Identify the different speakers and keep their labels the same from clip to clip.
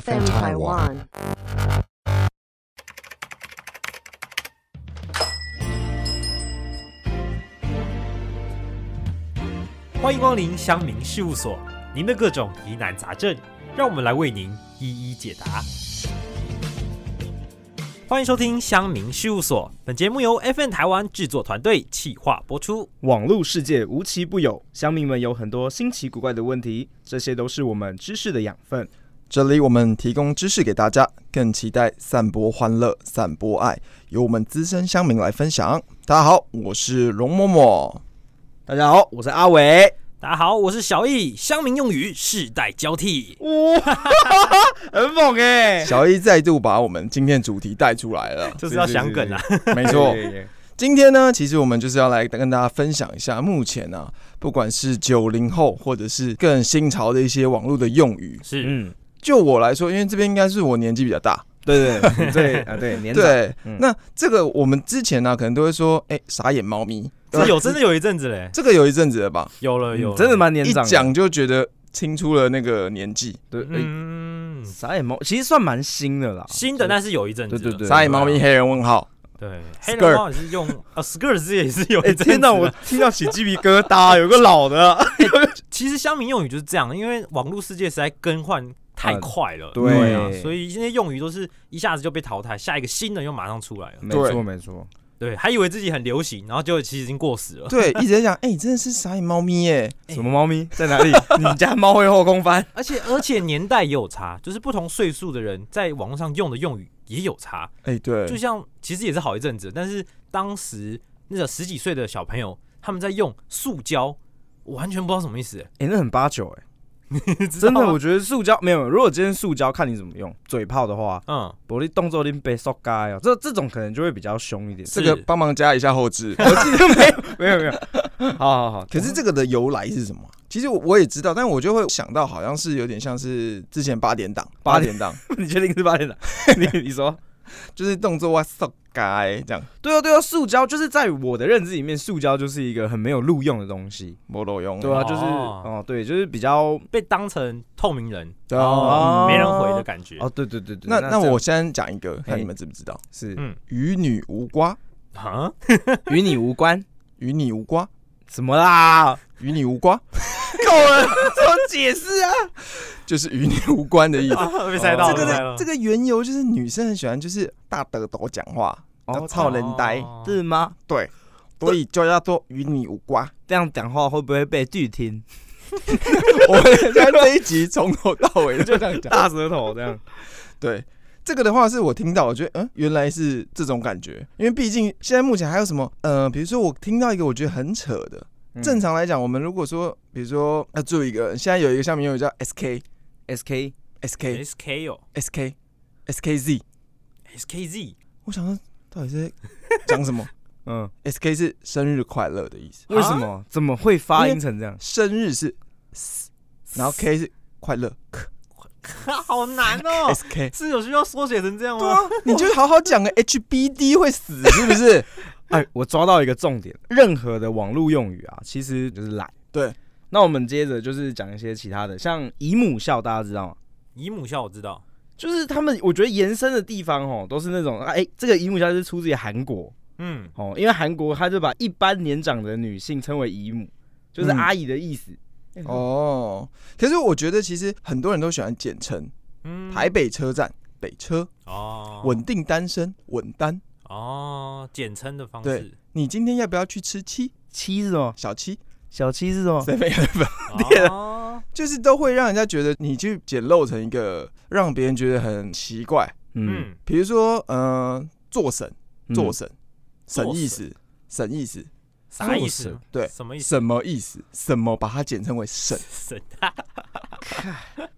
Speaker 1: FM Taiwan.
Speaker 2: 欢迎光临乡民事务所，您的各种疑难杂症，让我们来为您一一解答。欢迎收听乡民事务所，本节目由 FN 台湾制作团队企划播出。
Speaker 3: 网络世界无奇不有，乡民们有很多新奇古怪的问题，这些都是我们知识的养分。
Speaker 4: 这里我们提供知识给大家，更期待散播欢乐、散播爱，由我们资深乡民来分享。大家好，我是龙嬷 嬷。
Speaker 3: 大家好，我是阿伟。
Speaker 2: 大家好，我是小易，乡民用语世代交替。，
Speaker 3: 哇，很猛哎、
Speaker 4: 小一再度把我们今天的主题带出来了
Speaker 2: 就是要想梗啊！
Speaker 4: 没
Speaker 3: 没
Speaker 4: 错。今天呢，其实我们就是要来跟大家分享一下，目前啊，不管是九零后或者是更新潮的一些网络的用语。
Speaker 2: 是，
Speaker 3: 嗯，
Speaker 4: 就我来说，因为这边应该是我年纪比较大，
Speaker 3: 对对对啊，对年长
Speaker 4: 对。
Speaker 3: 嗯
Speaker 4: 那这个我们之前呢、可能都会说，哎、傻眼猫咪，
Speaker 2: 这有真的有一阵子嘞，
Speaker 4: 这个有一阵子了吧？
Speaker 2: 有了有了，
Speaker 3: 嗯真的？蛮年
Speaker 4: 一
Speaker 3: 长的，
Speaker 4: 讲就觉得清出了那个年纪。
Speaker 3: 对，哎
Speaker 2: 嗯，
Speaker 3: 傻眼猫其实算蛮新的啦，
Speaker 2: 新的
Speaker 3: 就
Speaker 2: 但是有一阵子了，
Speaker 3: 嗯对对对
Speaker 4: 傻眼猫咪、黑人问号，
Speaker 2: 对，黑人猫也是 用啊，skirt 是也是有
Speaker 3: 哎、
Speaker 2: 一阵子
Speaker 3: 天哪，
Speaker 2: 了。
Speaker 3: 我听到起鸡皮疙瘩， 有个老的，
Speaker 2: 其实乡民用语就是这样，因为网络世界实在更换太快了，
Speaker 3: 呃对
Speaker 2: 啊，所以这些用语都是一下子就被淘汰，下一个新的又马上出来了。
Speaker 3: 没
Speaker 4: 对
Speaker 3: 错没错，
Speaker 2: 对，还以为自己很流行，然后结果其实已经过时了。
Speaker 4: 对，一直在讲，哎、你真的是傻眼猫咪耶，
Speaker 2: 哎
Speaker 3: 什么猫咪在 哪里？你家猫会后空翻？
Speaker 2: 而且而且年代也有差，就是不同岁数的人在网络上用的用语也有差。
Speaker 4: 哎、对，
Speaker 2: 就像其实也是好一阵子，但是当时那个十几岁的小朋友他们在用塑胶，我完全不知道什么意思、
Speaker 3: 哎、那很八九哎、
Speaker 2: 你知道
Speaker 3: 真的，
Speaker 2: 吗
Speaker 3: 我觉得塑胶没有。如果今天塑胶，看你怎么用。嘴炮的话，
Speaker 2: 嗯，
Speaker 3: 我的动作拎被塑胶哦，这这种可能就会比较凶一点。
Speaker 4: 这个帮忙加一下后置。
Speaker 3: 我记得没有 没有没有，好好好。
Speaker 4: 可是这个的由来是什么啊？其实我我也知道，但我就会想到，好像是有点像是之前八点档，
Speaker 3: 八
Speaker 4: 八
Speaker 3: 点
Speaker 4: 点档
Speaker 3: 你确定是八点档？ 你你说？
Speaker 4: 就是动作哇塞该这样，
Speaker 3: 对哦对哦，塑胶就是在我的认知里面，塑胶就是一个很没有录用的东西。
Speaker 4: 没路用。
Speaker 3: 对啊，就是
Speaker 2: 哦
Speaker 3: 哦对，就是比较
Speaker 2: 被当成透明人，
Speaker 4: 对
Speaker 3: 哦
Speaker 4: 啊。
Speaker 2: 嗯没人回的感觉。
Speaker 3: 哦对对对对。
Speaker 4: 那
Speaker 3: 这
Speaker 4: 那
Speaker 3: 样
Speaker 4: 我先讲一个，看
Speaker 3: 嘿
Speaker 4: 你们知不知道，
Speaker 3: 是
Speaker 2: 嗯
Speaker 4: 与女无瓜，
Speaker 2: 啊，
Speaker 3: 与你无关，
Speaker 4: 与你无瓜，
Speaker 3: 什么啦？
Speaker 4: 与你无瓜，
Speaker 3: 够了，怎么解释啊？
Speaker 4: 就是与你无关的意思。
Speaker 2: 啊被
Speaker 3: 哦
Speaker 2: 塞到了，
Speaker 4: 这个
Speaker 2: 被塞到了
Speaker 4: 的这个缘由就是女生很喜欢就是大舌头讲话，
Speaker 3: 哦
Speaker 4: 哦，操人呆，
Speaker 2: 哦
Speaker 3: 是吗？
Speaker 4: 对，所以就要做与你无 关。
Speaker 3: 这样讲话会不会被拒听？
Speaker 4: 我们在这一集从头到尾就这样讲。
Speaker 3: 大舌头这样。
Speaker 4: 对，这个的话是我听到，我觉得嗯，原来是这种感觉，因为毕竟现在目前还有什么呃，比如说我听到一个我觉得很扯的，
Speaker 2: 嗯
Speaker 4: 正常来讲，我们如果说比如说要注意一个人，现在有一个项目用语叫 SK
Speaker 3: SK
Speaker 4: SK
Speaker 2: SK 哦
Speaker 4: SK SKZ，
Speaker 2: ，SKZ
Speaker 4: 我想说到底是在讲什么
Speaker 3: 嗯，
Speaker 4: ？SK 是生日快乐的意思。
Speaker 3: 为什么？怎么会发音成这样？
Speaker 4: 生日是 s，然后 K 是快乐
Speaker 2: 好难 哦，
Speaker 4: S K。
Speaker 2: 是有需要缩写成这样
Speaker 4: 对
Speaker 2: 吗？
Speaker 4: 啊，你就好好讲个 H B D 会死是不是？
Speaker 3: 哎，我抓到一个重点，任何的网络用语啊，其实就是懒。
Speaker 4: 对，
Speaker 3: 那我们接着就是讲一些其他的，像姨母笑，大家知道吗？
Speaker 2: 姨母笑我知道，
Speaker 3: 就是他们，我觉得延伸的地方哦，都是那种哎，这个姨母笑是出自于韩国
Speaker 2: 嗯，
Speaker 3: 哦，因为韩国他就把一般年长的女性称为姨母，就是
Speaker 4: 嗯
Speaker 3: 阿姨的意思。
Speaker 4: 哦，可是我觉得其实很多人都喜欢简称，
Speaker 2: 嗯
Speaker 4: 台北车站北车，
Speaker 2: 哦，
Speaker 4: 稳定单身稳单。
Speaker 2: 哦，简称的方式，
Speaker 4: 你今天要不要去吃七
Speaker 3: 七是哦，
Speaker 4: 小七
Speaker 3: 小七是哦，
Speaker 4: ？Seven Eleven
Speaker 2: 对哦，
Speaker 4: 就是都会让人家觉得你去简陋成一个让别人觉得很奇怪。
Speaker 3: 嗯，
Speaker 2: 嗯，
Speaker 4: 比如说，嗯，做神
Speaker 3: 嗯
Speaker 4: 做神，神
Speaker 2: 做
Speaker 4: 意
Speaker 2: 神
Speaker 4: 思神意思
Speaker 2: 啥意思？
Speaker 4: 对
Speaker 2: 什么意思？
Speaker 4: 什么意思？什么把它简称为神？
Speaker 2: 神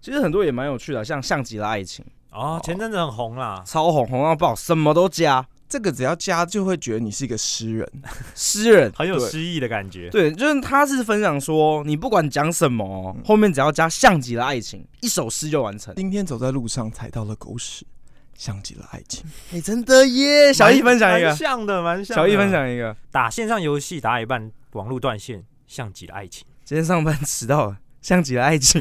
Speaker 3: 其实很多也蛮有趣的，啊像像极了爱情，
Speaker 2: 哦，前阵子很红啦，
Speaker 3: 超红红到爆，什么都加，
Speaker 4: 这个只要加就会觉得你是一个诗人，
Speaker 3: 诗人。
Speaker 2: 很有
Speaker 4: 对
Speaker 2: 诗意的感觉，
Speaker 3: 对，就是他是分享说，你不管讲什么，后面只要加像极了爱情，一首诗就完成。
Speaker 4: 今天走在路上踩到了狗屎，像极了爱情。
Speaker 2: 嗯
Speaker 3: 哎、真的耶！小易分享
Speaker 2: 蛮
Speaker 3: 一个，
Speaker 2: 像的，蛮像的。
Speaker 3: 小易分享一个，
Speaker 2: 打线上游戏打一半，网络断线，像极了爱情。
Speaker 3: 今天上班迟到了，像极了爱 情。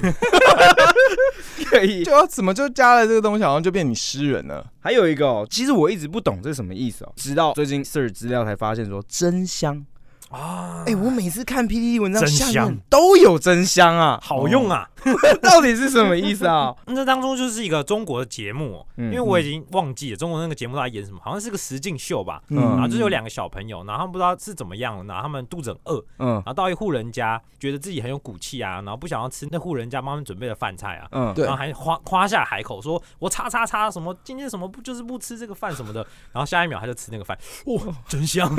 Speaker 3: 可以。
Speaker 4: 就要怎么就加了这个东西，好像就变你诗人了。
Speaker 3: 还有一个哦，其实我一直不懂这什么意思哦，直到最近 search 资料才发现说真香。
Speaker 2: 啊，
Speaker 3: 哎、我每次看 PPT 文章
Speaker 2: 真
Speaker 3: 下面
Speaker 2: 香
Speaker 3: 都有真香啊，
Speaker 2: 好用啊！
Speaker 3: 哦，到底是什么意思 啊？
Speaker 2: 那当中就是一个中国的节目哦，
Speaker 3: 嗯
Speaker 2: 因为我已经忘记了中国那个节目到底演什么，好像是个实境秀吧。
Speaker 3: 嗯
Speaker 2: 然后啊就是有两个小朋友，然后他们不知道是怎么样，然后他们肚子很饿，
Speaker 3: 嗯
Speaker 2: 然后到一户人家，觉得自己很有骨气啊，然后不想要吃那户人家帮他们准备的饭菜啊，
Speaker 3: 嗯，
Speaker 4: 对
Speaker 2: 然后还夸夸下海口说：“我叉叉叉什么今天什么不就是不吃这个饭什么的。”然后下一秒他就吃那个饭，哇，真香！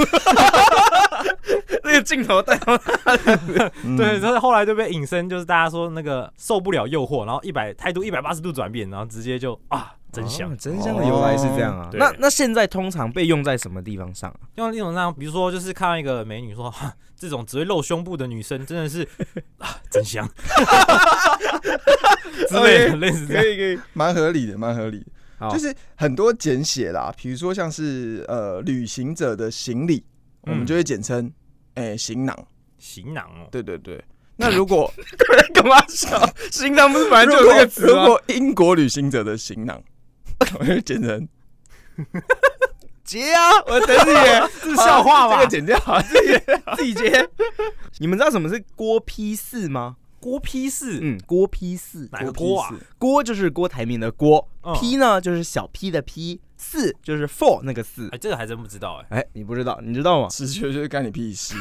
Speaker 3: 那个镜头带到
Speaker 4: 嗯
Speaker 2: 对，所以后来就被引申，就是大家说那个受不了诱惑，然后一百态度一百八十度转变，然后直接就啊，真香
Speaker 3: 哦！真香的由来是这样啊
Speaker 2: 哦。对
Speaker 3: 那那现在通常被用在什么地方上啊？
Speaker 2: 用另一种那样，比如说就是看到一个美女说，哈这种只会露胸部的女生真的是 啊，真香
Speaker 4: 哦哎
Speaker 2: 之类的， 类似这样。
Speaker 3: 以可以，
Speaker 4: 蛮合理的，蛮合理的。
Speaker 3: 好，
Speaker 4: 就是很多简写啦，比如说像是呃旅行者的行李，我们
Speaker 2: 嗯
Speaker 4: 就会简称哎、行囊。
Speaker 2: 行囊哦，
Speaker 4: 对对对。那如 果
Speaker 3: 干嘛笑？心脏不是本来
Speaker 4: 如
Speaker 3: 就
Speaker 4: 果
Speaker 3: 有这个
Speaker 2: 啊
Speaker 3: 词
Speaker 4: 如
Speaker 3: 吗？
Speaker 4: 果英国旅行者的行囊，我就简称
Speaker 3: 接啊，我等你 耶，
Speaker 2: 这是笑话
Speaker 4: 这个
Speaker 2: 吧？
Speaker 4: 剪 掉。
Speaker 3: 自己接。 你们知道什么是郭批四吗？
Speaker 2: 郭批是
Speaker 3: 嗯，郭批四，
Speaker 2: 哪个郭啊？
Speaker 3: 郭就是郭台铭的郭
Speaker 2: 嗯
Speaker 3: ，P 呢就是小 P 的 P，四就是 four 那个四。
Speaker 2: 哎，这个还真不知道哎。
Speaker 3: 哎，你不知道，你知道吗？
Speaker 4: 直觉就是干你屁事，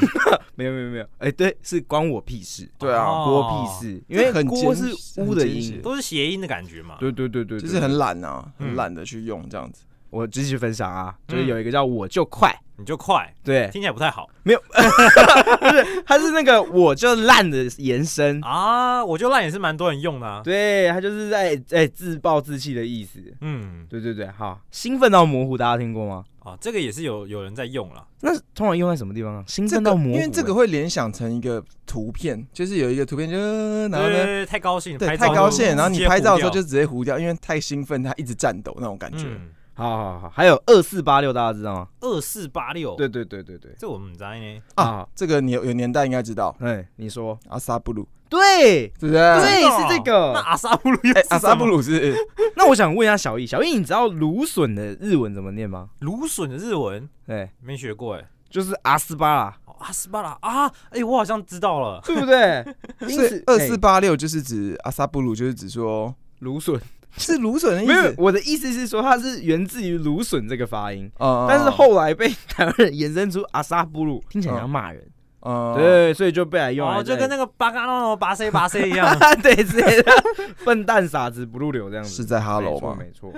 Speaker 3: 没有没有没有，哎，对，是关我屁事，
Speaker 4: 对啊
Speaker 2: 哦
Speaker 3: 郭屁，事，因为
Speaker 4: 这很
Speaker 3: 郭
Speaker 4: 艰
Speaker 3: 是
Speaker 4: 很
Speaker 3: 乌的
Speaker 4: 艰
Speaker 3: 音
Speaker 4: 险，
Speaker 2: 都是谐音的感觉嘛。
Speaker 3: 对对对对，嗯
Speaker 4: 就是
Speaker 3: 对
Speaker 4: 很懒啊，
Speaker 2: 嗯
Speaker 4: 很懒得去用这样子。
Speaker 3: 我继续分享啊，就是
Speaker 2: 嗯
Speaker 3: 有一个叫我就快，
Speaker 2: 你就快，
Speaker 3: 对，
Speaker 2: 听起来不太好
Speaker 3: 它是那个我就烂的延
Speaker 4: 嗯
Speaker 3: 伸，
Speaker 2: 啊。我就烂也是蛮多人用的啊。
Speaker 3: 对，它就是在哎自暴自弃的意思，
Speaker 2: 嗯，
Speaker 3: 对对对，好，兴奋到模糊，大家听过吗？
Speaker 2: 啊，这个也是有有人在用了。
Speaker 3: 那通常用在什么地方啊？兴
Speaker 4: 这
Speaker 3: 奋
Speaker 4: 个
Speaker 3: 到模糊、
Speaker 4: 因为这个
Speaker 3: 哎
Speaker 4: 会联想成一个图片，就是有一个图片，就是然后呢，
Speaker 2: 对，太高兴了，
Speaker 4: 对，
Speaker 2: 拍照
Speaker 4: 太高兴了，然后
Speaker 2: 直
Speaker 4: 你
Speaker 2: 接
Speaker 4: 拍照的时候
Speaker 2: 糊
Speaker 4: 就直接糊掉，因为太兴奋，它一直颤抖那种感
Speaker 2: 掉
Speaker 4: 觉。
Speaker 2: 嗯
Speaker 3: 好好好，还有二四八六，大家知道吗？
Speaker 2: 二四八
Speaker 4: 哦
Speaker 2: 六，
Speaker 3: 对对对对对
Speaker 2: 这我们知道呢。
Speaker 3: 啊，
Speaker 4: 这个你有有年代应该知道，
Speaker 3: 哎、你说
Speaker 4: 阿萨布鲁，
Speaker 3: 对，
Speaker 4: 对不对？
Speaker 3: 对
Speaker 2: 真的哦
Speaker 3: 是这个
Speaker 2: 那阿萨布鲁又
Speaker 4: 哎
Speaker 2: 是，
Speaker 4: 阿萨布
Speaker 2: 鲁
Speaker 4: 鲁是
Speaker 3: 那我想问一下小易，小易，你知道芦笋的日文怎么念吗？
Speaker 2: 芦笋的日文
Speaker 3: 对，
Speaker 2: 没学过哎。
Speaker 3: 就是阿斯巴拉，
Speaker 2: 哦阿斯巴拉啊，哎，我好像知道了。
Speaker 3: 对不对？ 因
Speaker 4: 所以
Speaker 3: 此
Speaker 4: 二四
Speaker 3: 哎
Speaker 4: 八六就是指阿萨布鲁，就是指 说
Speaker 3: 芦笋，
Speaker 4: 是芦笋的意
Speaker 3: 没有
Speaker 4: 思，，
Speaker 3: 我的意思是说它是源自于芦笋这个发音。
Speaker 4: 啊
Speaker 3: 但是后来被台湾人衍生出阿萨布鲁，听起来像骂人，
Speaker 4: 呃，
Speaker 3: 对，所以就被来 用来
Speaker 2: 哦，就跟那个巴嘎诺诺巴塞巴塞一 样。
Speaker 3: 个对之类的，笨蛋傻子不入流这样子。
Speaker 4: 是在哈喽
Speaker 3: 没错
Speaker 4: 吗？
Speaker 3: 没错。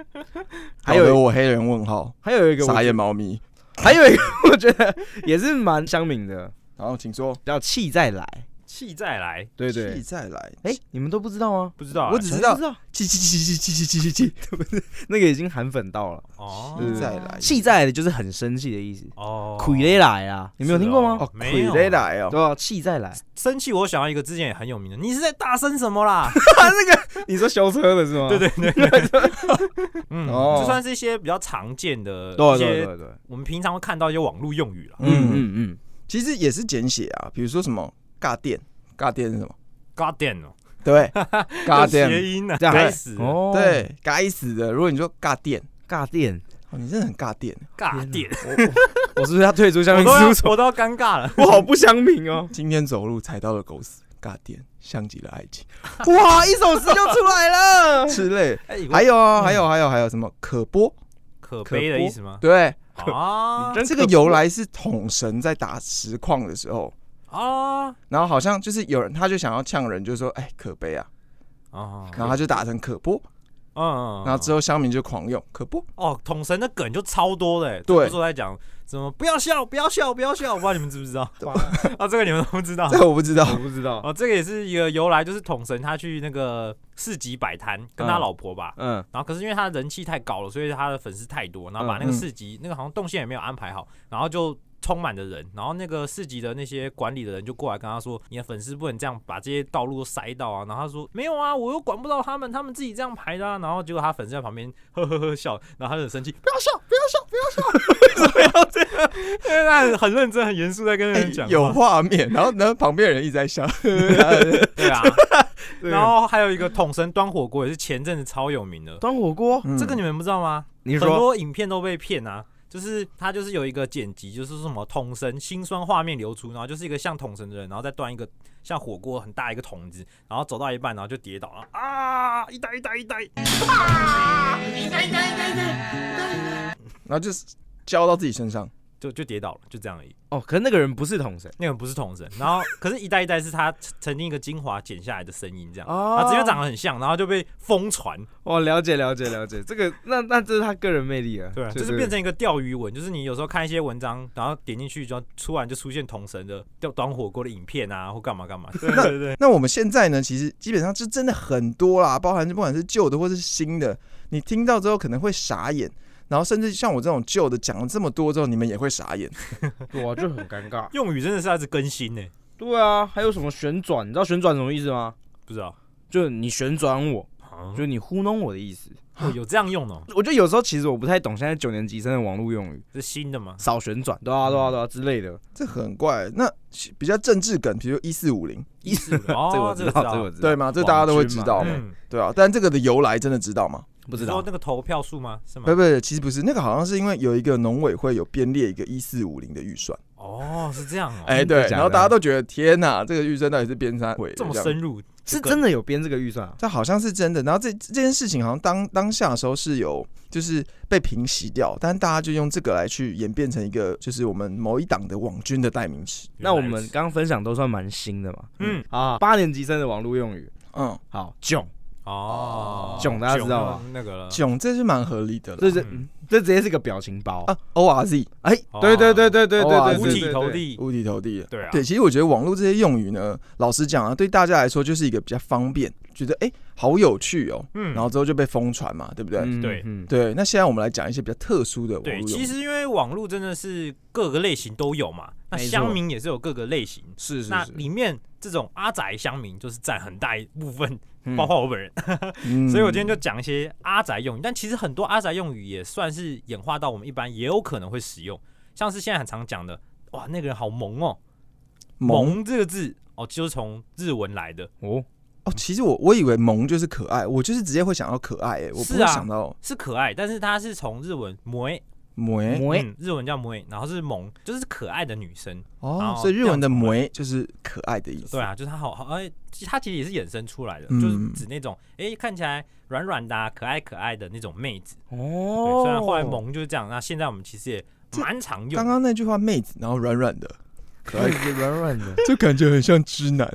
Speaker 3: 还
Speaker 4: 还有
Speaker 3: 有
Speaker 4: 我黑人问号，
Speaker 3: 还有一个我
Speaker 4: 傻眼猫咪。
Speaker 3: 还有一个我觉得也是蛮乡民的，
Speaker 4: 然后请说，
Speaker 3: 叫气再来。
Speaker 2: 气再来，
Speaker 3: 对
Speaker 4: 气
Speaker 3: 对，
Speaker 4: 再来，
Speaker 3: 哎，你们都不知道吗？
Speaker 2: 不知道哎。
Speaker 4: 我只知道
Speaker 3: 知道
Speaker 4: 气气气气气气气气气
Speaker 3: 那个已经韩粉到了。
Speaker 2: 哦，
Speaker 3: 对
Speaker 4: 再来，
Speaker 3: 气再来的就是很生气的意思，
Speaker 2: 哦，
Speaker 3: 鬼雷来啊，你们有听过吗？
Speaker 4: 哦，
Speaker 2: 没
Speaker 4: 鬼
Speaker 2: 有
Speaker 4: 雷来哦，
Speaker 3: 对啊，气再来，
Speaker 2: 生气，我想要一个之前也很有名的，你是在大声什么啦？
Speaker 3: 你说修车的是吗？
Speaker 2: 对对对对， 嗯，
Speaker 4: 哦
Speaker 2: 这算是一些比较常见的
Speaker 3: 对
Speaker 2: 一
Speaker 3: 对
Speaker 2: 些
Speaker 3: 对对，
Speaker 2: 我们平常会看到一些网络用语了。
Speaker 3: 嗯
Speaker 4: 嗯嗯，
Speaker 3: 嗯嗯，
Speaker 4: 其实也是简写啊，比如说什么尬电，尬电是 什么？
Speaker 2: God damn 哦，
Speaker 4: 对，尬
Speaker 2: 这
Speaker 4: 电，
Speaker 2: 谐音呢，
Speaker 3: 这样
Speaker 2: 该死，
Speaker 3: 哦，，
Speaker 4: 对，该死的！如果你说尬电，
Speaker 3: 尬电，
Speaker 4: 哦，你真的很尬电，
Speaker 2: 尬电，
Speaker 3: 我是不是要退出乡
Speaker 2: 我
Speaker 3: 民
Speaker 2: 都
Speaker 3: 事
Speaker 2: 要
Speaker 3: 务所？
Speaker 2: 我都要尴尬了。
Speaker 3: 我好不乡民哦！
Speaker 4: 今天走路踩到了狗屎，尬电，像极了爱情
Speaker 3: 哇，一首诗就出来 了。
Speaker 4: 之类。
Speaker 2: 哎，
Speaker 4: 还
Speaker 2: 有
Speaker 4: 有啊，还有还有还有什么可播？
Speaker 2: 可悲的意思吗？
Speaker 4: 对，
Speaker 2: 啊
Speaker 3: 真
Speaker 4: 这个
Speaker 3: 可
Speaker 4: 由来是桶神在打实况的时候，
Speaker 2: 啊
Speaker 4: 然后好像就是有人他就想要呛人，就说哎可悲啊，
Speaker 2: 啊！
Speaker 4: 然后他就打成可播，
Speaker 2: 嗯，
Speaker 4: 然后之后乡民就狂用可播，
Speaker 2: 哦，桶神的梗就超多的欸，
Speaker 4: 对
Speaker 2: 都在讲什么不要笑，不要笑，不要笑，我不知道你们知不知道
Speaker 3: 哇
Speaker 2: 啊？这个你们都不知道
Speaker 4: 这。个我不知道。
Speaker 3: 我不知道。
Speaker 2: 哦，这个也是一个由来，就是桶神他去那个市集摆摊，跟他
Speaker 3: 嗯
Speaker 2: 老婆吧，
Speaker 3: 嗯，
Speaker 2: 然后可是因为他的人气太高了，所以他的粉丝太多，然后把那个市集、那个好像动线也没有安排好，然后就充满了人，然后那个市集的那些管理的人就过来跟他说：“你的粉丝不能这样把这些道路都塞到啊。”然后他说：“没有啊，我又管不到他们，他们自己这样排的、啊。”然后结果他粉丝在旁边呵呵呵笑，然后他就很生气：“不要笑，不要笑，不要笑，为什么要这样？”因为他很认真、很严肃在跟
Speaker 4: 哎
Speaker 2: 人讲话、
Speaker 4: 有画面，然后呢，旁边人一直在笑，
Speaker 2: 对啊，
Speaker 3: 对
Speaker 2: 然后还有一个桶神端火锅也是前阵子超有名的，
Speaker 3: 端火锅，
Speaker 4: 嗯
Speaker 2: 这个你们不知道吗？
Speaker 3: 你是
Speaker 2: 很
Speaker 3: 说
Speaker 2: 多影片都被骗啊。就是他就是有一个剪辑，就是说什么桶神辛酸画面流出，然后就是一个像桶神的人，然后再端一个像火锅很大一个桶子，然后走到一半，然后就跌倒了啊！一呆一呆一呆，
Speaker 4: 然后就是浇到自己身上。
Speaker 2: 就就跌倒了，就这样而已。
Speaker 3: 哦？可是那个人不是统神
Speaker 2: 那个不是桶神，然后可是一代一代是他曾曾经一个精华剪下来的声音，这样，
Speaker 3: 哦
Speaker 2: 他直接长得很像，然后就被疯传，
Speaker 3: 哦，了解了解了解，这个那那这是他个人魅力啊，
Speaker 2: 对啊，就是变成一个钓鱼文，就是你有时候看一些文章，然后点进去就突然就出现桶神的钓端火锅的影片啊，或干嘛干嘛，对对对，
Speaker 4: 那我们现在呢，其实基本上就真的很多啦，包含不管是旧的或是新的，你听到之后可能会傻眼，然后甚至像我这种旧的讲了这么多之后，你们也会傻眼。
Speaker 3: 对啊，就很尴尬。
Speaker 2: 用语真的是要一直更新欸呢、
Speaker 3: 对啊，还有什么旋转？你知道旋转什么意思吗？
Speaker 2: 不知道，
Speaker 3: 就是你旋转我，
Speaker 2: 啊
Speaker 3: 就是你糊弄我的意思。
Speaker 2: 哦有这样用哦，
Speaker 3: 我觉得有时候其实我不太懂现在九年级生的网络用语，
Speaker 2: 是新的 吗？
Speaker 3: 少旋转，对啊对啊对啊之类的。
Speaker 4: 这很怪。那比较政治梗，比如一四五零，
Speaker 2: 意思哦，
Speaker 3: 这个我
Speaker 2: 这
Speaker 3: 知
Speaker 2: 个
Speaker 3: 道，这个我知道。
Speaker 4: 对吗？这大家都会知道
Speaker 3: 网军
Speaker 4: 嘛，
Speaker 2: 嗯，
Speaker 4: 对啊。但这个的由来真的知道吗？
Speaker 3: 不知
Speaker 2: 你说
Speaker 3: 道呃
Speaker 2: 那个投票数吗？是吗
Speaker 4: 不？不，其实不是，那个好像是因为有一个农委会有编列一个一四五零的预算，
Speaker 2: 哦，是这样哦，
Speaker 4: 哎、
Speaker 3: 真
Speaker 4: 对，
Speaker 3: 的假的
Speaker 4: 然后大家都觉得天哪，这个预算到底是编三回
Speaker 2: 这么
Speaker 4: 样
Speaker 2: 深入
Speaker 3: 是真的有编这个预算啊？
Speaker 4: 这好像是真的。然后这这件事情好像当当下的时候是有就是被平息掉，但大家就用这个来去演变成一个就是我们某一党的网军的代名词。
Speaker 3: 那我们刚刚分享都算蛮新的嘛
Speaker 2: 嗯
Speaker 3: 啊，八年级生的网络用语。
Speaker 4: 嗯，
Speaker 3: 好，囧，
Speaker 2: 哦，
Speaker 3: 囧大家知道吗
Speaker 2: 囧那个了，
Speaker 4: 囧这是蛮合理的了
Speaker 3: 这是
Speaker 2: 嗯
Speaker 3: 这直接是个表情包。
Speaker 4: 啊，O R Z
Speaker 3: 哎，对对对对对对
Speaker 4: 哇
Speaker 3: 对，
Speaker 2: 哦五
Speaker 3: 对
Speaker 2: 体投。地，
Speaker 4: 五体投地。
Speaker 2: 对啊，
Speaker 4: 对，其实我觉得网络这些用语呢，老实讲啊，对大家来说就是一个比较方便，觉得哎、好有趣哦，
Speaker 2: 嗯
Speaker 4: 然后之后就被疯传嘛，对不对？
Speaker 3: 对
Speaker 2: 对
Speaker 3: 嗯，
Speaker 4: 对，那现在我们来讲一些比较特殊的网络
Speaker 2: 对，
Speaker 4: 用
Speaker 2: 其
Speaker 4: 语。
Speaker 2: 实因为网络真的是各个类型都有嘛，那
Speaker 3: 没错
Speaker 2: 乡民也是有各个类型，
Speaker 3: 是是
Speaker 2: 那
Speaker 3: 是。
Speaker 2: 里面这种阿宅乡民就是占很大一部分，
Speaker 3: 嗯
Speaker 2: 包括我本人，
Speaker 4: 嗯
Speaker 2: 所以我今天就讲一些阿宅用语。但其实很多阿宅用语也算是演化到我们一般也有可能会使用，像是现在很常讲的，哇，那个人好萌哦，
Speaker 4: 萌
Speaker 2: 萌这个字哦，就是从日文来的，
Speaker 3: 哦，
Speaker 4: 哦，其实我我以为萌就是可爱，我就是直接会想到可爱、哎，我不
Speaker 2: 是
Speaker 4: 会
Speaker 2: 啊
Speaker 4: 想到
Speaker 2: 是可爱，但是它是从日文萌，
Speaker 4: 萌、
Speaker 3: 喂，
Speaker 2: 嗯，日文叫萌，然后是萌，就是可爱的女生。
Speaker 4: 哦
Speaker 2: 哦，
Speaker 4: 所以日文的
Speaker 2: 这样
Speaker 4: “
Speaker 2: 子
Speaker 4: 萌”就是可爱的意思。
Speaker 2: 对啊，就是它好好，哎、其实它其实也是衍生出来的，
Speaker 4: 嗯
Speaker 2: 就是指那种哎、看起来软软的啊、可爱可爱的那种妹子。嗯对，
Speaker 3: 哦，
Speaker 2: 虽然后来萌就是这样，那现在我们其实也蛮常用。
Speaker 4: 刚刚那句话“妹子”，然后软软的，可 爱，
Speaker 3: 软软的。
Speaker 4: 就感觉很像直男。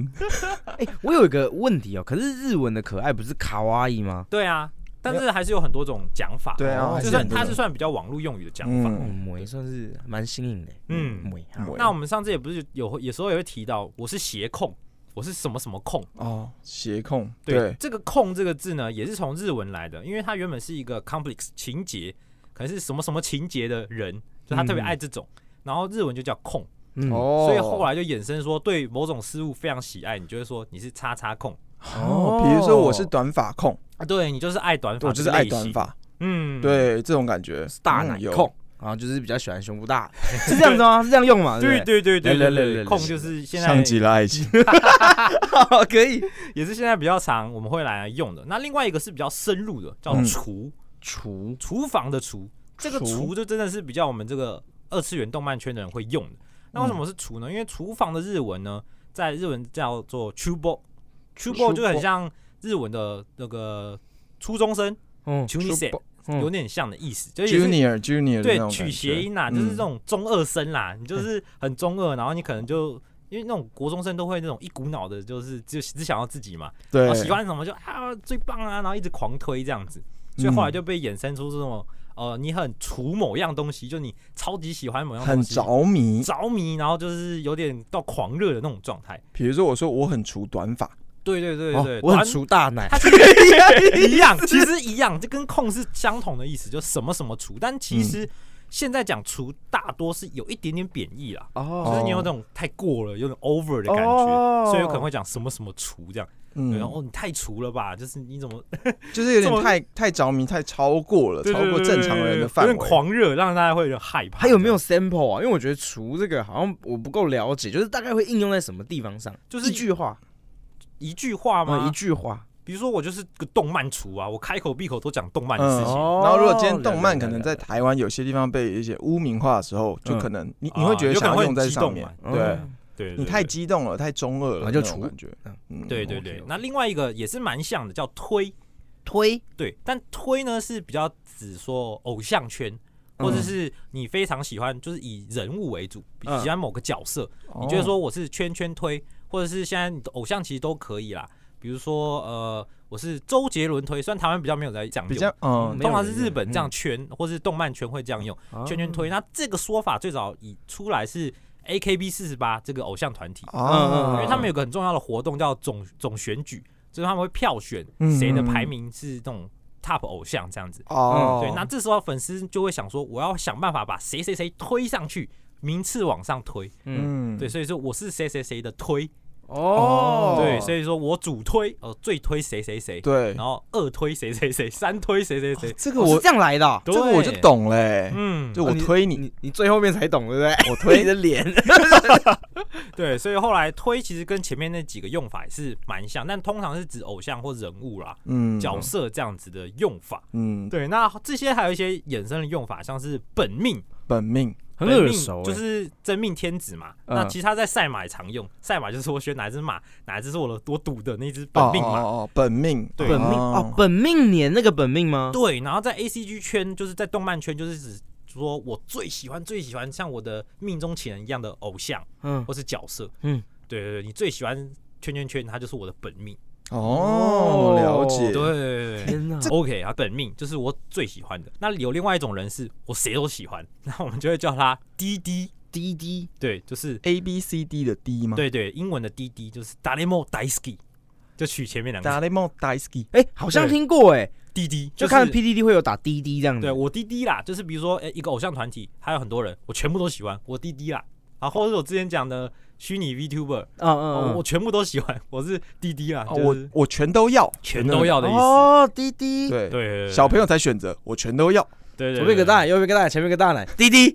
Speaker 3: 哎，我有一个问题哦，可是日文的可爱不是卡哇伊吗？
Speaker 2: 对啊，但是还是有很多种讲法。
Speaker 4: 对啊，
Speaker 3: 哦
Speaker 4: 还
Speaker 2: 就是算
Speaker 4: 很多
Speaker 2: 它是
Speaker 4: 人
Speaker 2: 算比较网络用语的讲法。
Speaker 3: 哦，
Speaker 4: 嗯，
Speaker 3: 美算是蛮新颖的。
Speaker 2: 嗯
Speaker 3: 美啊
Speaker 4: 美
Speaker 2: 那我们上次也不是有有时候也会提到，我是斜控，我是什么什么控。
Speaker 4: 哦，斜控，
Speaker 2: 对，
Speaker 4: 对，
Speaker 2: 这个“控”这个字呢，也是从日文来的，因为它原本是一个 complex 情节，可能是什么什么情节的人，就他特别爱这种，然后日文就叫“控”，
Speaker 3: 嗯
Speaker 4: 嗯哦，
Speaker 2: 所以后来就衍生说，对某种事物非常喜爱，你就会说你是叉叉控
Speaker 4: 哦，比如说我是短发控，
Speaker 2: 啊，对你就是爱短发，
Speaker 4: 我就是爱短，发，
Speaker 2: 嗯，，
Speaker 4: 对，这种感觉
Speaker 3: 是大奶
Speaker 4: 嗯有
Speaker 3: 控，然后就是比较喜欢胸部大， 是这样子吗？是这样用吗？
Speaker 2: 对
Speaker 3: 不
Speaker 2: 对对对
Speaker 3: 来
Speaker 2: 对
Speaker 3: 来来
Speaker 2: 对
Speaker 3: 来
Speaker 2: 对，控就是现在
Speaker 4: 像极了爱情。 哦
Speaker 3: 对，可以
Speaker 2: 也是现在比较常我们会来用的。那另外一个是比较深入的，叫
Speaker 4: 嗯
Speaker 2: 厨，
Speaker 3: 除
Speaker 2: 厨房的厨，这个
Speaker 4: 厨
Speaker 2: 厨就真的是比较我们这个二次元动漫圈的人会用的。那为什么是厨
Speaker 4: 嗯
Speaker 2: 呢？因为厨房的日文呢，在日文叫做 chubo，chubo 就很像日文的那个初中生
Speaker 3: 嗯
Speaker 2: c h u n i s e
Speaker 3: 嗯
Speaker 2: 有点像的意思，就是也是
Speaker 4: Junior Junior 的那
Speaker 2: 对
Speaker 4: 种
Speaker 2: 取
Speaker 4: 感
Speaker 2: 谐
Speaker 4: 觉
Speaker 2: 音啦，
Speaker 4: 嗯
Speaker 2: 就是这种中二生啦，你就是很中二，然后你可能就。因为那种国中生都会那种一股脑的，就是就只想要自己嘛，然
Speaker 4: 嗯对
Speaker 2: 后喜欢什么就啊最棒啊，然后一直狂推这样子，所以后来
Speaker 4: 嗯
Speaker 2: 就被衍生出这种呃，你很除某样东西，就你超级喜欢某样
Speaker 4: 很
Speaker 2: 东西，
Speaker 4: 着迷。
Speaker 2: 着迷，然后就是有点到狂热的那种状态。
Speaker 4: 比如说我说我很除短发，
Speaker 2: 对对对
Speaker 3: 哦
Speaker 2: 对，
Speaker 3: 我很
Speaker 2: 短
Speaker 3: 除大奶
Speaker 2: 它其实一样， 其实一样，这跟控是相同的意思，就什么什么除，但其实现在讲除大多是有一点点贬义啦。
Speaker 3: 哦
Speaker 2: 就是你有那种太过了，有点 over 的感觉，所以有可能
Speaker 3: 哦
Speaker 2: 会讲什么什么除这样。对，然
Speaker 4: 嗯，
Speaker 2: 后哦，你太除了吧？就是你怎么
Speaker 4: 就是有
Speaker 2: 这
Speaker 4: 点
Speaker 2: 么
Speaker 4: 太太着迷，太超过了，
Speaker 2: 对
Speaker 4: 超
Speaker 2: 对
Speaker 4: 过
Speaker 2: 对
Speaker 4: 正常人的范
Speaker 2: 有
Speaker 4: 围。
Speaker 2: 点
Speaker 3: 嗯
Speaker 2: 狂热，让大家会有点害怕。
Speaker 3: 还有没有 sample 啊？因为我觉得除这个好像我不够了解，就是大概会应用在什么地方上？
Speaker 2: 就是
Speaker 3: 一句话哦
Speaker 2: 一句话吗？
Speaker 3: 一句话，
Speaker 2: 比如说我就是个动漫厨啊，我开口闭口都讲动漫的
Speaker 4: 嗯
Speaker 2: 事情。
Speaker 3: 哦
Speaker 4: 然后，如果今天动漫可能
Speaker 3: 了
Speaker 4: 在
Speaker 3: 解
Speaker 4: 台湾有些地方被一些污名化的时候，就
Speaker 3: 嗯
Speaker 4: 可能你
Speaker 2: 啊
Speaker 4: 你会觉得
Speaker 2: 有可
Speaker 4: 想
Speaker 2: 能
Speaker 4: 要
Speaker 2: 会
Speaker 4: 用在
Speaker 2: 很激
Speaker 4: 上
Speaker 2: 动
Speaker 4: 面，对
Speaker 3: 嘛嗯
Speaker 2: 对对
Speaker 4: 你
Speaker 2: 对
Speaker 4: 太激动了，太中二了，
Speaker 3: 啊就
Speaker 4: 那种
Speaker 3: 除
Speaker 4: 感觉
Speaker 3: 嗯，
Speaker 4: 嗯
Speaker 2: 对对对
Speaker 3: OK，OK，
Speaker 2: 那另外一个也是蛮像的，叫推。
Speaker 3: 推
Speaker 2: 对，但推呢是比较只说偶像圈，或者
Speaker 3: 嗯
Speaker 2: 是你非常喜欢，就是以人物为主，比
Speaker 3: 嗯
Speaker 2: 喜欢某个角色，
Speaker 4: 你
Speaker 3: 哦
Speaker 2: 你觉得说我是圈圈推，或者是现在你的偶像其实都可以啦。比如说呃，我是周杰伦推，虽然台湾比较没有在讲究，
Speaker 4: 比较嗯
Speaker 3: 没
Speaker 2: 通
Speaker 3: 有
Speaker 2: 常
Speaker 3: 人
Speaker 2: 是
Speaker 3: 用
Speaker 2: 日本这样
Speaker 3: 嗯
Speaker 2: 圈，或是动漫圈会这样用
Speaker 3: 哦
Speaker 2: 圈圈
Speaker 4: 哦
Speaker 2: 推。那这个说法最早以出来是 A K B 四十八这个偶像团体，
Speaker 3: 嗯
Speaker 2: 因
Speaker 4: 啊，
Speaker 2: 为他们有个很重要的活动叫总总选举，就是他们会票选
Speaker 4: 嗯
Speaker 2: 谁的排名是那种 top 偶像这样子。
Speaker 4: 哦，
Speaker 2: 对，那这时候粉丝就会想说，我要想办法把谁谁谁推上去，名次往上推。
Speaker 3: 嗯，
Speaker 4: 嗯
Speaker 2: 对，所以说我是谁谁谁的推，
Speaker 3: 哦，
Speaker 2: 对，所以说我主推，呃，最推谁谁谁，
Speaker 4: 对
Speaker 2: 然，后二推谁谁谁，三推谁谁谁，
Speaker 4: 这个
Speaker 3: 这我
Speaker 4: 我
Speaker 3: 是这样来的哦，
Speaker 4: 这个我就
Speaker 2: 对，
Speaker 4: 懂嘞，
Speaker 2: 嗯，
Speaker 4: 就我
Speaker 3: 啊你
Speaker 4: 推你，
Speaker 3: 你你最后面才懂，对不对？
Speaker 4: 我
Speaker 3: 推
Speaker 4: 推
Speaker 3: 你的脸，
Speaker 2: 对，所以后来推其实跟前面那几个用法也是蛮像，但通常是指偶像或人物啦、
Speaker 4: 嗯
Speaker 2: 角色这样子的用法。
Speaker 4: 嗯
Speaker 2: 对，那这些还有一些衍生的用法，像是本命，
Speaker 4: 本命
Speaker 3: 很
Speaker 2: 本
Speaker 3: 耳
Speaker 2: 命
Speaker 3: 熟欸，
Speaker 2: 就是真命天子嘛。
Speaker 3: 嗯
Speaker 2: 那其实他在赛马也常用，赛马就是我选哪只马，哪只是我的我赌的那只本命
Speaker 4: 哦
Speaker 2: 马。
Speaker 4: 哦哦本命
Speaker 2: 对
Speaker 3: 本命哦，本命年那个本命吗？
Speaker 2: 对，然后在 A C G 圈，就是在动漫圈，就是指说我最喜欢最喜欢像我的命中情人一样的偶像
Speaker 3: 嗯
Speaker 2: 或是角色。
Speaker 3: 嗯，
Speaker 2: 对对对，你最喜欢圈圈圈，他就是我的本命。
Speaker 4: 哦了解
Speaker 2: 对对对对对。
Speaker 3: 天哪，
Speaker 2: OK 啊，本命就是我最喜欢的。那有另外一种人是我谁都喜欢， 那我们就会叫他滴滴。
Speaker 3: 滴滴
Speaker 2: 对，就是
Speaker 4: ，A B C D 的 D 吗？
Speaker 2: 对对，英文的滴滴就是 d a r e m o d a i s k i 就取前面两
Speaker 4: 达
Speaker 2: 个
Speaker 4: 雷梦 d i s k y
Speaker 3: 哎，好像
Speaker 2: 对
Speaker 3: 听过哎，
Speaker 2: 滴滴，
Speaker 3: 就是看 P D D 会有打滴滴这样子
Speaker 2: 对。我滴滴啦，就是比如说，诶一个偶像团体，还有很多人，我全部都喜欢，我滴滴啦，啊，或者是我之前讲的虚拟 VTuber，、
Speaker 3: 嗯
Speaker 2: 哦
Speaker 3: 嗯
Speaker 2: 我
Speaker 3: 嗯，
Speaker 2: 全部都喜欢，我是滴滴啦，
Speaker 4: 哦，
Speaker 2: 就
Speaker 4: 我
Speaker 2: 是
Speaker 4: 我全都要，
Speaker 2: 全都要的意思。
Speaker 3: 哦，滴滴，
Speaker 4: 对
Speaker 2: 对对对，对
Speaker 4: 小朋友才选择，我全都要。
Speaker 2: 对对，
Speaker 3: 左边一个大
Speaker 2: 蛋，
Speaker 3: 奶，右边一个大奶，前面一个大奶，滴滴。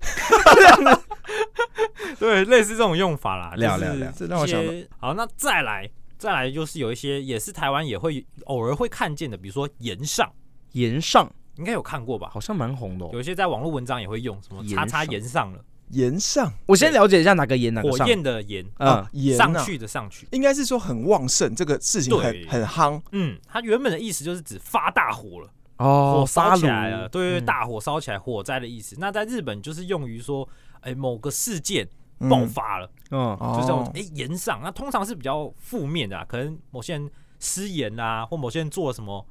Speaker 2: 对，类似这种用法 啦，
Speaker 3: 了
Speaker 2: 就
Speaker 3: 了
Speaker 2: 是
Speaker 3: 了
Speaker 4: 这让我想到
Speaker 2: 一些好，那再来，再来就是有一些也是台湾也会偶尔会看见的，比如说岩上，
Speaker 3: 岩上
Speaker 2: 应该有看过吧？
Speaker 3: 好像蛮红的哦。
Speaker 2: 有一些在网络文章也会用什么
Speaker 3: 岩
Speaker 2: 叉叉
Speaker 3: 上
Speaker 2: 岩上了，
Speaker 4: 岩上
Speaker 3: 我先了解一下哪个岩哪个
Speaker 2: 火
Speaker 3: 上。
Speaker 2: 焰哦的岩，
Speaker 3: 嗯
Speaker 4: 啊，，岩
Speaker 2: 上
Speaker 4: 啊
Speaker 2: 去的上去。
Speaker 4: 应该是说很旺盛，这个事情很
Speaker 2: 对
Speaker 4: 很夯。
Speaker 2: 嗯，它原本的意思就是指发大火了，
Speaker 3: 哦
Speaker 2: 火烧起来
Speaker 3: 发
Speaker 2: 了，
Speaker 3: 炉
Speaker 2: 对对对，
Speaker 3: 嗯
Speaker 2: 大火烧起来，火灾的意思。那在日本就是用于说，哎，某个事件
Speaker 4: 嗯
Speaker 2: 爆发了，
Speaker 3: 嗯
Speaker 2: 就这种
Speaker 4: 哦，
Speaker 2: 哎延上。那通常是比较负面的、啊，可能某些人失言啊，或某些人做了什么。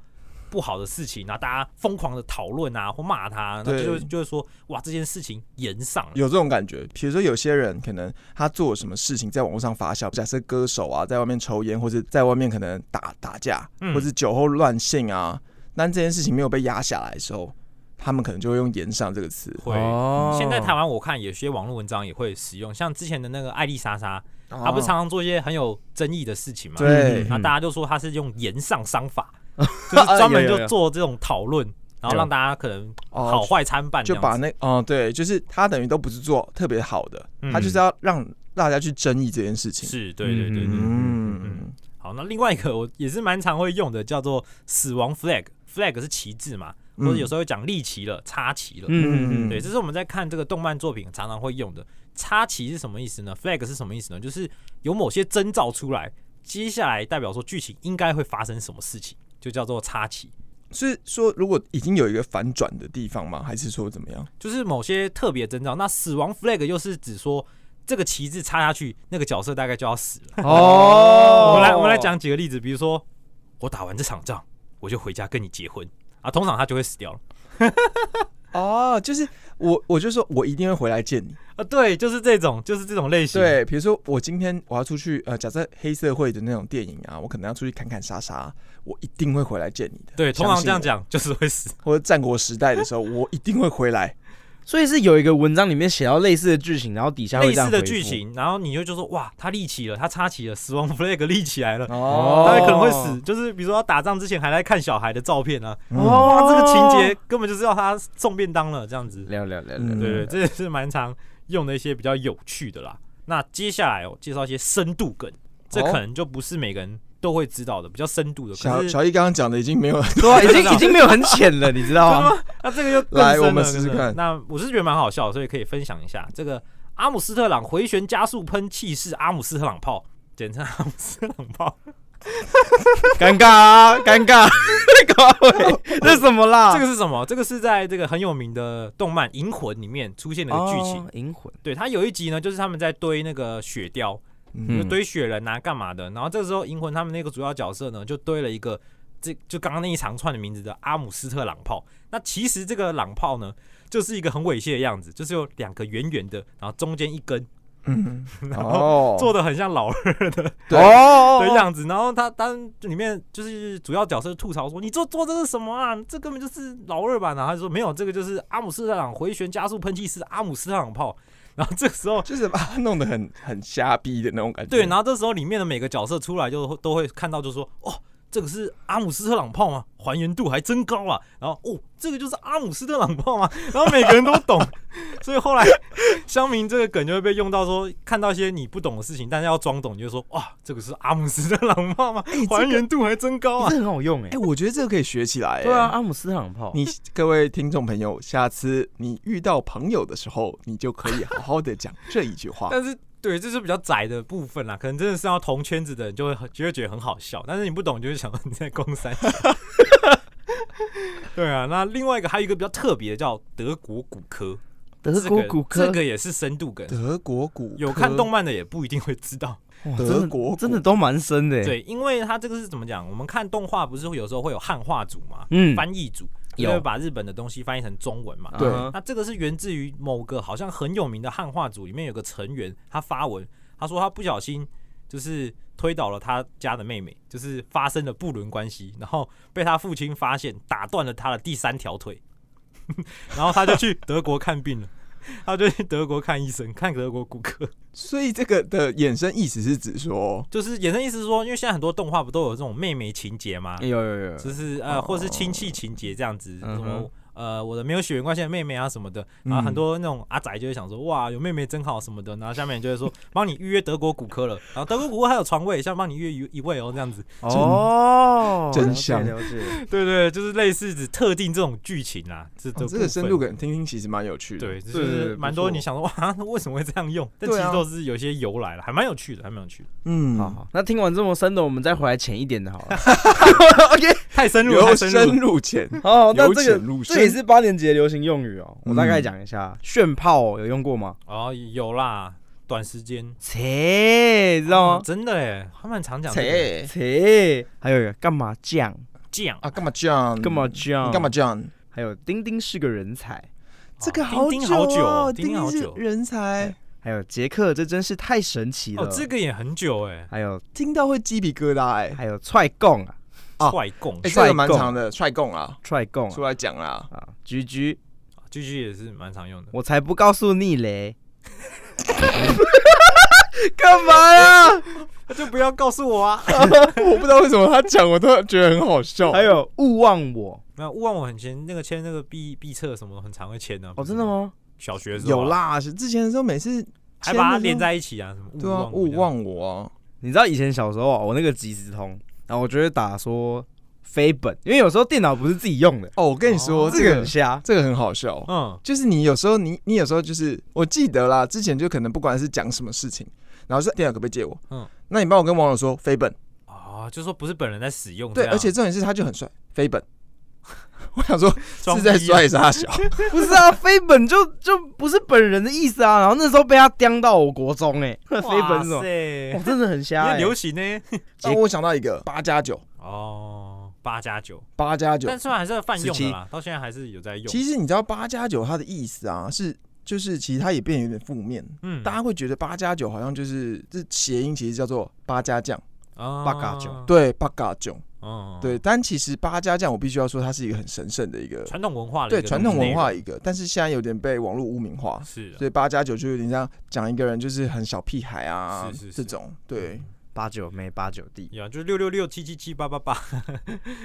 Speaker 2: 不好的事情，然后大家疯狂的讨论啊，或骂他，那
Speaker 4: 对
Speaker 2: 就就会说，哇，这件事情延上了，
Speaker 4: 有这种感觉。比如说有些人可能他做什么事情在网络上发酵，假设歌手啊在外面抽烟，或者在外面可能打打架，
Speaker 2: 嗯
Speaker 4: 或者酒后乱性啊，但这件事情没有被压下来的时候，他们可能就会用“延上”这个词。
Speaker 2: 会。
Speaker 3: 哦
Speaker 2: 现在台湾我看有些网络文章也会使用，像之前的那个艾丽莎莎，她
Speaker 4: 他
Speaker 2: 不是常常做一些很有争议的事情嘛？
Speaker 4: 哦对
Speaker 2: 那嗯啊大家就说他是用言上商 法，就是专
Speaker 4: 哎
Speaker 2: 门就做这种讨论，然后让大家可能好
Speaker 4: 哦，
Speaker 2: 坏参半
Speaker 4: 就
Speaker 2: 这样子，
Speaker 4: 把那哦、对，就是他等于都不是做特别好的，
Speaker 2: 嗯
Speaker 4: 他就是要让大家去争议这件事情。
Speaker 2: 是对对对对。
Speaker 3: 嗯
Speaker 4: 嗯，
Speaker 2: 好，那另外一个我也是蛮常会用的，叫做死亡 flag。flag 是旗帜嘛，或者有时候讲立旗了、插旗了。
Speaker 3: 嗯嗯嗯
Speaker 2: 对，这是我们在看这个动漫作品常常会用的。插旗是什么意思呢？flag 是什么意思呢？就是有某些征兆出来，接下来代表说剧情应该会发生什么事情，就叫做插旗。
Speaker 4: 是说如果已经有一个反转的地方吗？还是说怎么样？
Speaker 2: 就是某些特别征兆。那死亡 flag 又是指说这个旗帜插下去，那个角色大概就要死了。
Speaker 3: 哦
Speaker 2: 嗯我们来我们来讲几个例子，比如说我打完这场仗，我就回家跟你结婚啊，通常他就会死掉了。
Speaker 4: 哦，就是我，我就说我一定会回来见你。
Speaker 2: 啊，对，就是这种，就是这种类型。
Speaker 4: 对，比如说我今天我要出去，呃，假设黑社会的那种电影啊，我可能要出去砍砍杀杀，我一定会回来见你的。
Speaker 2: 对，通常这样
Speaker 4: 相信
Speaker 2: 讲就是会死。
Speaker 4: 我，或者战国时代的时候，我一定会回来。
Speaker 3: 所以是有一个文章里面写到类似的剧情，然后底下会
Speaker 2: 类
Speaker 3: 这样
Speaker 2: 似的
Speaker 3: 回复
Speaker 2: 剧，情，然后你就就说哇，他立起了，他插起了，死亡 flag 立起来了。
Speaker 3: 哦
Speaker 2: 他可能会死，就是比如说他打仗之前还在看小孩的照片啊，
Speaker 4: 哦，
Speaker 2: 哇，这个情节根本就是要他送便当了这样子。
Speaker 3: 聊聊聊
Speaker 4: 嗯
Speaker 3: 聊，
Speaker 2: 对对，这也是蛮常用的一些比哦较有趣的啦。那接下来我、介绍一些深度梗，这
Speaker 4: 哦
Speaker 2: 可能就不是每个人都会知道的，比较深度的。
Speaker 4: 小
Speaker 2: 可是
Speaker 4: 小易刚刚讲的已经没 有，
Speaker 3: 对啊，已 经已经没有很浅了，你知道
Speaker 2: 真的
Speaker 3: 吗？
Speaker 2: 吗？那这个就更
Speaker 4: 来
Speaker 2: 深了
Speaker 4: 我们试试
Speaker 2: 真的
Speaker 4: 看
Speaker 2: 那我是觉得蛮好笑的，所以可以分享一下这个阿姆斯特朗回旋加速喷气式阿姆斯特朗炮，简称阿姆斯特朗炮。
Speaker 3: 尴尬啊，尴 尬，高伟，这是什么啦？
Speaker 4: 啊
Speaker 2: 这个是什么？这个是在这个很有名的动漫《银魂》里面出现的一个剧情。
Speaker 3: 哦银魂，
Speaker 2: 对，它有一集呢，就是他们在堆那个雪雕，就
Speaker 3: 嗯
Speaker 2: 堆雪人啊，干嘛的？然后这个时候，银魂他们那个主要角色呢，就堆了一个这就刚刚那一长串的名字的阿姆斯特朗炮。那其实这个朗炮呢，就是一个很猥亵的样子，就是有两个圆圆的，然后中间一根，
Speaker 4: 嗯，
Speaker 2: 然后
Speaker 4: 哦，
Speaker 2: 做的很像老二
Speaker 4: 对
Speaker 3: 哦
Speaker 2: 的样子。然后他当里面就是主要角色吐槽说：“你做做这是什么啊？这根本就是老二吧？”然后他就说：“没有，这个就是阿姆斯特朗回旋加速喷气式阿姆斯特朗炮。”然后这个时候
Speaker 4: 就是把它弄得很很瞎逼的那种感觉。
Speaker 2: 对，然后这时候里面的每个角色出来就会都会看到，就说哦，这个是阿姆斯特朗炮吗？还原度还真高啊！然后哦，这个就是阿姆斯特朗炮吗？ 然后每个人都懂， 所以后来乡民这个梗就会被用到说，看到一些你不懂的事情，但是要装懂，你就说哇，这个是阿姆斯特朗炮吗？
Speaker 4: 哎这个
Speaker 2: 还原度还真高啊！
Speaker 3: 这很好用哎
Speaker 4: 哎、。我觉得这个可以学起来、哎
Speaker 3: 对啊，，阿姆斯特朗炮，
Speaker 4: 你各位听众朋友，下次你遇到朋友的时候，你就可以好好的讲这一句 话。
Speaker 2: 但是对，这是比较窄的部分啦，可能真的是要同圈子的人就会很就会觉得很好笑，但是你不懂就会想你在公三 小。对啊，那另外一个还有一个比较特别的叫德国骨科，
Speaker 3: 德国
Speaker 2: 这个
Speaker 3: 骨科，
Speaker 2: 这个也是深度梗，
Speaker 4: 德国骨
Speaker 2: 有
Speaker 4: 科
Speaker 2: 看动漫的也不一定会知道。
Speaker 3: 哇
Speaker 4: 德
Speaker 3: 真的
Speaker 4: 国骨
Speaker 3: 真的都蛮深的。，欸
Speaker 2: 对，因为它这个是怎么讲？我们看动画不是会有时候会有汉化组嘛，
Speaker 3: 嗯，
Speaker 2: 翻译组，就
Speaker 3: 有
Speaker 2: 会把日本的东西翻译成中文嘛。
Speaker 4: 对
Speaker 3: 啊
Speaker 2: 那这个是源自于某个好像很有名的汉化组里面有个成员，他发文，他说他不小心就是推倒了他家的妹妹，就是发生了不伦关系，然后被他父亲发现，打断了他的第三条腿， 然后他就去德国看病了。他就去德国看医生，看德国骨科，
Speaker 4: 所以这个的衍生意思是指说，
Speaker 2: 就是衍生意思是说，因为现在很多动画不都有这种妹妹情节吗？
Speaker 3: 有有有有，
Speaker 2: 就是呃，或是亲戚情节这样子，
Speaker 3: 嗯
Speaker 2: 什
Speaker 3: 哼
Speaker 2: 么呃，我的没有血缘关系的妹妹啊什么的，然后很多那种阿仔就会想说，哇，有妹妹真好什么的，然后下面就会说，帮你预约德国骨科了，然后德国骨科还有床位，像帮你预约一一位哦，这样子，
Speaker 3: 哦，
Speaker 4: 真
Speaker 3: 了解
Speaker 4: 香
Speaker 3: 了解。
Speaker 2: 对对，就是类似指特定这种剧情啊，这
Speaker 4: 哦
Speaker 2: 这
Speaker 4: 这个深
Speaker 2: 部
Speaker 4: 度
Speaker 2: 分。
Speaker 4: 梗听听其实蛮有趣的。
Speaker 2: 对，就
Speaker 3: 对对对
Speaker 2: 是蛮多
Speaker 3: 不错
Speaker 2: 你想说哇，为什么会这样用？但其
Speaker 4: 对
Speaker 2: 实
Speaker 4: 啊
Speaker 2: 都是有些由来了，还蛮有趣的，还蛮有趣的。
Speaker 4: 嗯，
Speaker 3: 好好，那听完这么深的，我们再回来浅一点的好了。OK，
Speaker 2: 太深入了，
Speaker 4: 由
Speaker 2: 太深入
Speaker 4: 深
Speaker 2: 了。
Speaker 4: 入浅，
Speaker 3: 哦，那
Speaker 4: 由
Speaker 3: 这
Speaker 4: 浅
Speaker 3: 个
Speaker 4: 入深。
Speaker 3: 这也是八年级的流行用语哦。我大概
Speaker 4: 嗯
Speaker 3: 讲一下，炫炮哦有用过吗？
Speaker 2: 哦，有啦，短时间，
Speaker 3: 切，知道吗
Speaker 2: 哦？真的哎，他们很常讲这个
Speaker 4: 切
Speaker 3: 切，还有一个干嘛酱，
Speaker 2: 酱
Speaker 4: 啊，干嘛这样？
Speaker 3: 干嘛
Speaker 4: 你
Speaker 3: 酱，
Speaker 4: 干嘛？这样？
Speaker 3: 还有丁丁是个人才，
Speaker 4: 这个
Speaker 2: 好
Speaker 4: 好
Speaker 2: 丁丁
Speaker 4: 久
Speaker 2: 好久
Speaker 4: 哦
Speaker 2: 哦丁丁好
Speaker 4: 是
Speaker 2: 久
Speaker 4: 人才，
Speaker 3: 还有杰克，这真是太神奇了。
Speaker 2: 哦，这个也很久哎，
Speaker 3: 还有
Speaker 4: 听到会鸡皮疙瘩哎。
Speaker 3: 还有踹供啊，
Speaker 4: 啊
Speaker 2: 踹供
Speaker 4: 哎，这个蛮
Speaker 3: 帅供
Speaker 4: 长的，帅供啊，
Speaker 3: 踹供啊
Speaker 4: 出来讲啦。
Speaker 3: 啊，菊菊，
Speaker 2: 句句也是蛮常用的。
Speaker 3: 我才不告诉 你嘞。干嘛呀？
Speaker 2: 那就不要告诉我啊！
Speaker 4: 我不知道为什么他讲，我都觉得很好
Speaker 2: 哦
Speaker 4: 笑。
Speaker 3: 还有勿忘我
Speaker 2: 没有，勿忘我很签那个签那个必必测什么，很常会签的、啊
Speaker 3: 哦，真的？吗？
Speaker 2: 小学的时候啊
Speaker 4: 有，啦，是之前的时候每次
Speaker 2: 还把它
Speaker 4: 签的时候
Speaker 2: 连在一起啊，什么勿
Speaker 4: 对啊，
Speaker 2: 忘我
Speaker 4: 勿忘我啊，
Speaker 3: 你知道以前小时候啊，我那个即时通，然后我就会打说非本，因为有时候电脑不是自己用的，
Speaker 4: 哦，我跟你说，
Speaker 2: 哦
Speaker 4: 这
Speaker 3: 这个
Speaker 4: 个
Speaker 3: 很瞎。
Speaker 4: 这个很好笑
Speaker 2: 这样。嗯，
Speaker 4: 就是你有时候你你有时候就是我记得啦，之前就可能不管是讲什么事情，然后说电脑可不可以借我？嗯
Speaker 2: 嗯，
Speaker 4: 那你帮我跟网友说飞本，
Speaker 2: 哦，就说不是啊本人在使用，
Speaker 4: 对，
Speaker 2: 这样
Speaker 4: 而且重点是他就很帅，飞本。 我想说
Speaker 2: 装
Speaker 4: 是在
Speaker 2: 逼啊
Speaker 4: 帅啥小，
Speaker 3: 不是啊，非本就就不是本人的意思啊。然后那时候被他刁到我国中哎、欸，非本是什
Speaker 2: 哇
Speaker 3: 么？
Speaker 2: 塞
Speaker 3: 我真的很瞎、
Speaker 2: 因为
Speaker 3: 欸
Speaker 2: 流。行 呢。
Speaker 4: 然后我想到一个八加九，
Speaker 2: 哦，八加九，
Speaker 4: 八加九
Speaker 2: 但。虽然还是泛用的啦，到现在还是有在用。
Speaker 4: 其实你知道八加九它的意思啊，是就是其实它也变得有点负面，
Speaker 2: 嗯
Speaker 4: 大家会觉得八加九好像就是这谐音，其实叫做八加酱，
Speaker 2: 嗯八
Speaker 3: 加九，
Speaker 2: 哦
Speaker 4: 对，八嘎囧，
Speaker 2: 嗯，
Speaker 4: 对。但其实八加酱，我必须要说，它是一个很神圣的一个，
Speaker 2: 传统文化的
Speaker 4: 对
Speaker 2: 一个
Speaker 4: 传统文化
Speaker 2: 内
Speaker 4: 一个，但是现在有点被网络污名化
Speaker 2: 容，是啊
Speaker 4: 所以八加九就有点像讲一个人就是很小屁孩啊
Speaker 2: 是是是
Speaker 4: 这种，对。
Speaker 3: 八九妹八九 弟，
Speaker 2: 有啊，就是六六六七七七八八八，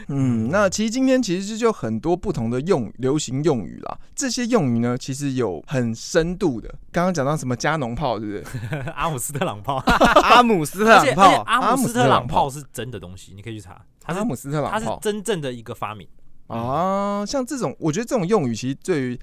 Speaker 4: 嗯，那其实今天其实就很多不同的用语流行用语啦。这些用语呢，其实有很深度的。刚刚讲到什么加农炮，对不对？
Speaker 2: 阿姆斯特朗炮，
Speaker 3: 阿姆斯特
Speaker 2: 而
Speaker 3: 朗
Speaker 2: 且而且
Speaker 3: 炮，
Speaker 2: 阿
Speaker 4: 阿
Speaker 2: 姆
Speaker 4: 姆
Speaker 2: 斯
Speaker 4: 斯
Speaker 2: 特
Speaker 4: 特
Speaker 2: 朗
Speaker 4: 朗
Speaker 2: 炮
Speaker 4: 炮
Speaker 2: 是真的东西，你可以去查，它是
Speaker 4: 阿姆斯特
Speaker 2: 它
Speaker 4: 朗
Speaker 2: 是
Speaker 4: 炮
Speaker 2: 真正的一个发明，
Speaker 4: 啊，像这种，我觉得这种用语其实对于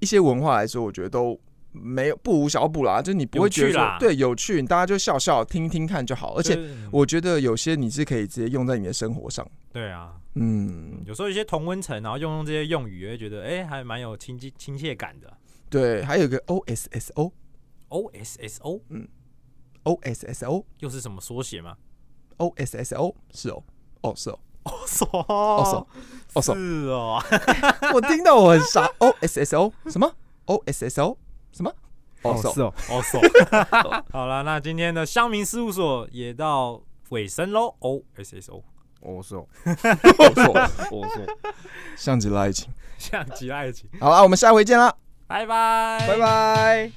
Speaker 4: 一些文化来说，我觉得都没有不无小补啦。就是你不
Speaker 2: 有
Speaker 4: 会觉
Speaker 2: 趣
Speaker 4: 得
Speaker 2: 啦
Speaker 4: 说对有趣，大家就笑笑听听看就好。而且
Speaker 3: 嗯
Speaker 2: 就是嗯
Speaker 4: 我觉得有些你是可以直接用在你的生活上。
Speaker 2: 对啊，
Speaker 4: 嗯，
Speaker 2: 有时候一些同温层，然后用用这些用语，会觉得哎、还蛮有亲近亲切感的。
Speaker 4: 对，还有一个 O S S O
Speaker 2: O S S O
Speaker 4: O S S O
Speaker 2: 又是什么缩写吗？
Speaker 4: O S S O 是哦，哦 是哦，
Speaker 2: 哦，手
Speaker 4: 哦是哦，哦手
Speaker 2: 是哦，
Speaker 4: 我听到我很傻。O S S O 什么？O S S O 什么？
Speaker 3: 哦
Speaker 4: 哦手
Speaker 3: 是哦，
Speaker 2: 哦手。 好了，那今天的乡民事务所也到尾声喽。O S S O，
Speaker 3: 哦是哦，
Speaker 4: 哦手，
Speaker 3: 哦是哦，
Speaker 4: 像极了爱情。
Speaker 2: 像极了爱情，
Speaker 4: 啊好啦，我们下回见啦，
Speaker 2: 拜拜，
Speaker 3: 拜。拜。